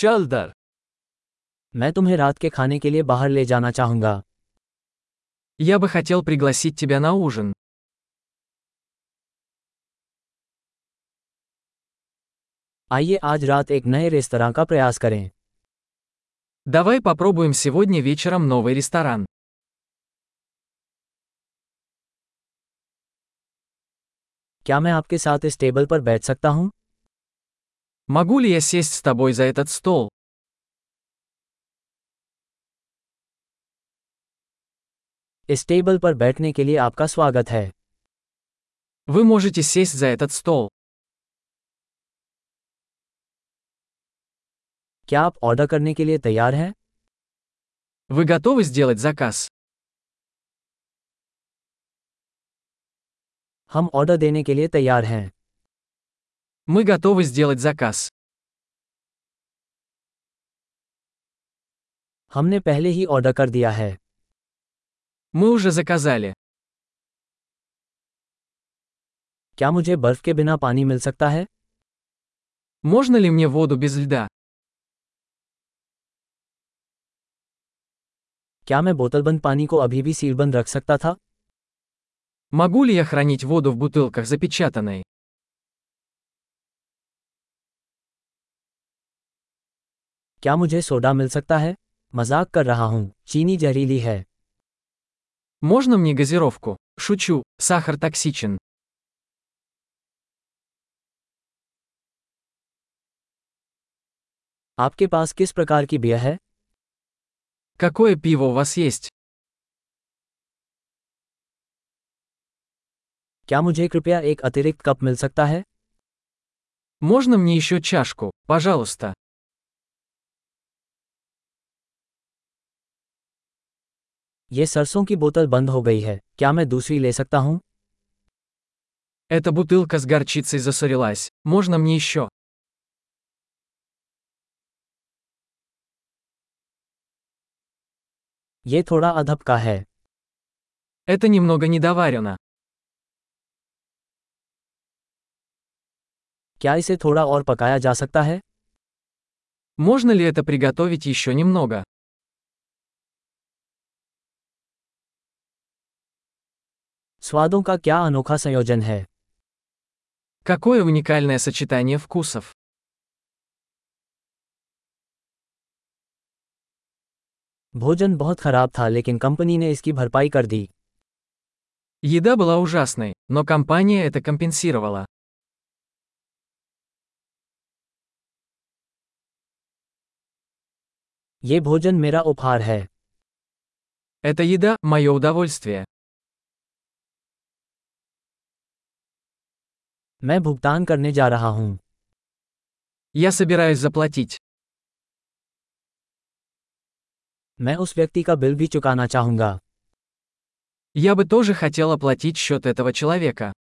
चल दर मैं तुम्हें रात के खाने के लिए बाहर ले जाना चाहूंगा Я бы хотел пригласить тебя на ужин. आइए आज रात एक नए रेस्तरा का प्रयास करें Давай попробуем сегодня вечером новый ресторан. क्या मैं आपके साथ इस टेबल पर बैठ सकता हूँ Могу ли я сесть с тобой за этот стол? इस टेबल पर बैठने के लिए आपका स्वागत है Вы можете сесть за этот стол. क्या आप ऑर्डर करने के लिए तैयार हैं Вы готовы сделать заказ? हम ऑर्डर देने के लिए तैयार हैं Мы готовы сделать заказ. हमने पहले ही ऑर्डर कर दिया है Мы уже заказали. क्या मुझे बर्फ के बिना पानी मिल सकता है Можно ли мне воду без льда? क्या मैं बोतलबंद पानी को अभी भी सीलबंद रख सकता था Могу ли я хранить воду в бутылках запечатанной? क्या मुझे सोडा मिल सकता है मजाक कर रहा हूँ चीनी जहरीली है Можно мне газировку? Шучу, сахар токсичен. आपके पास किस प्रकार की बियर है Какое пиво у вас есть? क्या मुझे कृपया एक अतिरिक्त कप मिल सकता है Можно мне еще чашку, пожалуйста? ये सरसों की बोतल बंद हो गई है क्या मैं दूसरी ले सकता हूँ Эта бутылка с горчицей засорилась. Можно мне еще? ये थोड़ा अधब का है Это немного недоварено. क्या इसे थोड़ा और पकाया जा सकता है Можно ли это приготовить еще немного? स्वादों का क्या अनोखा संयोजन है Какое уникальное сочетание вкусов. भोजन बहुत खराब था लेकिन कंपनी ने इसकी भरपाई कर दी Еда была ужасной, но компания это компенсировала. ये भोजन मेरा उपहार है Эта еда – мое удовольствие. मैं भुगतान करने जा रहा हूँ Я собираюсь заплатить. मैं उस व्यक्ति का बिल भी चुकाना चाहूंगा Я бы тоже хотел оплатить счет этого человека.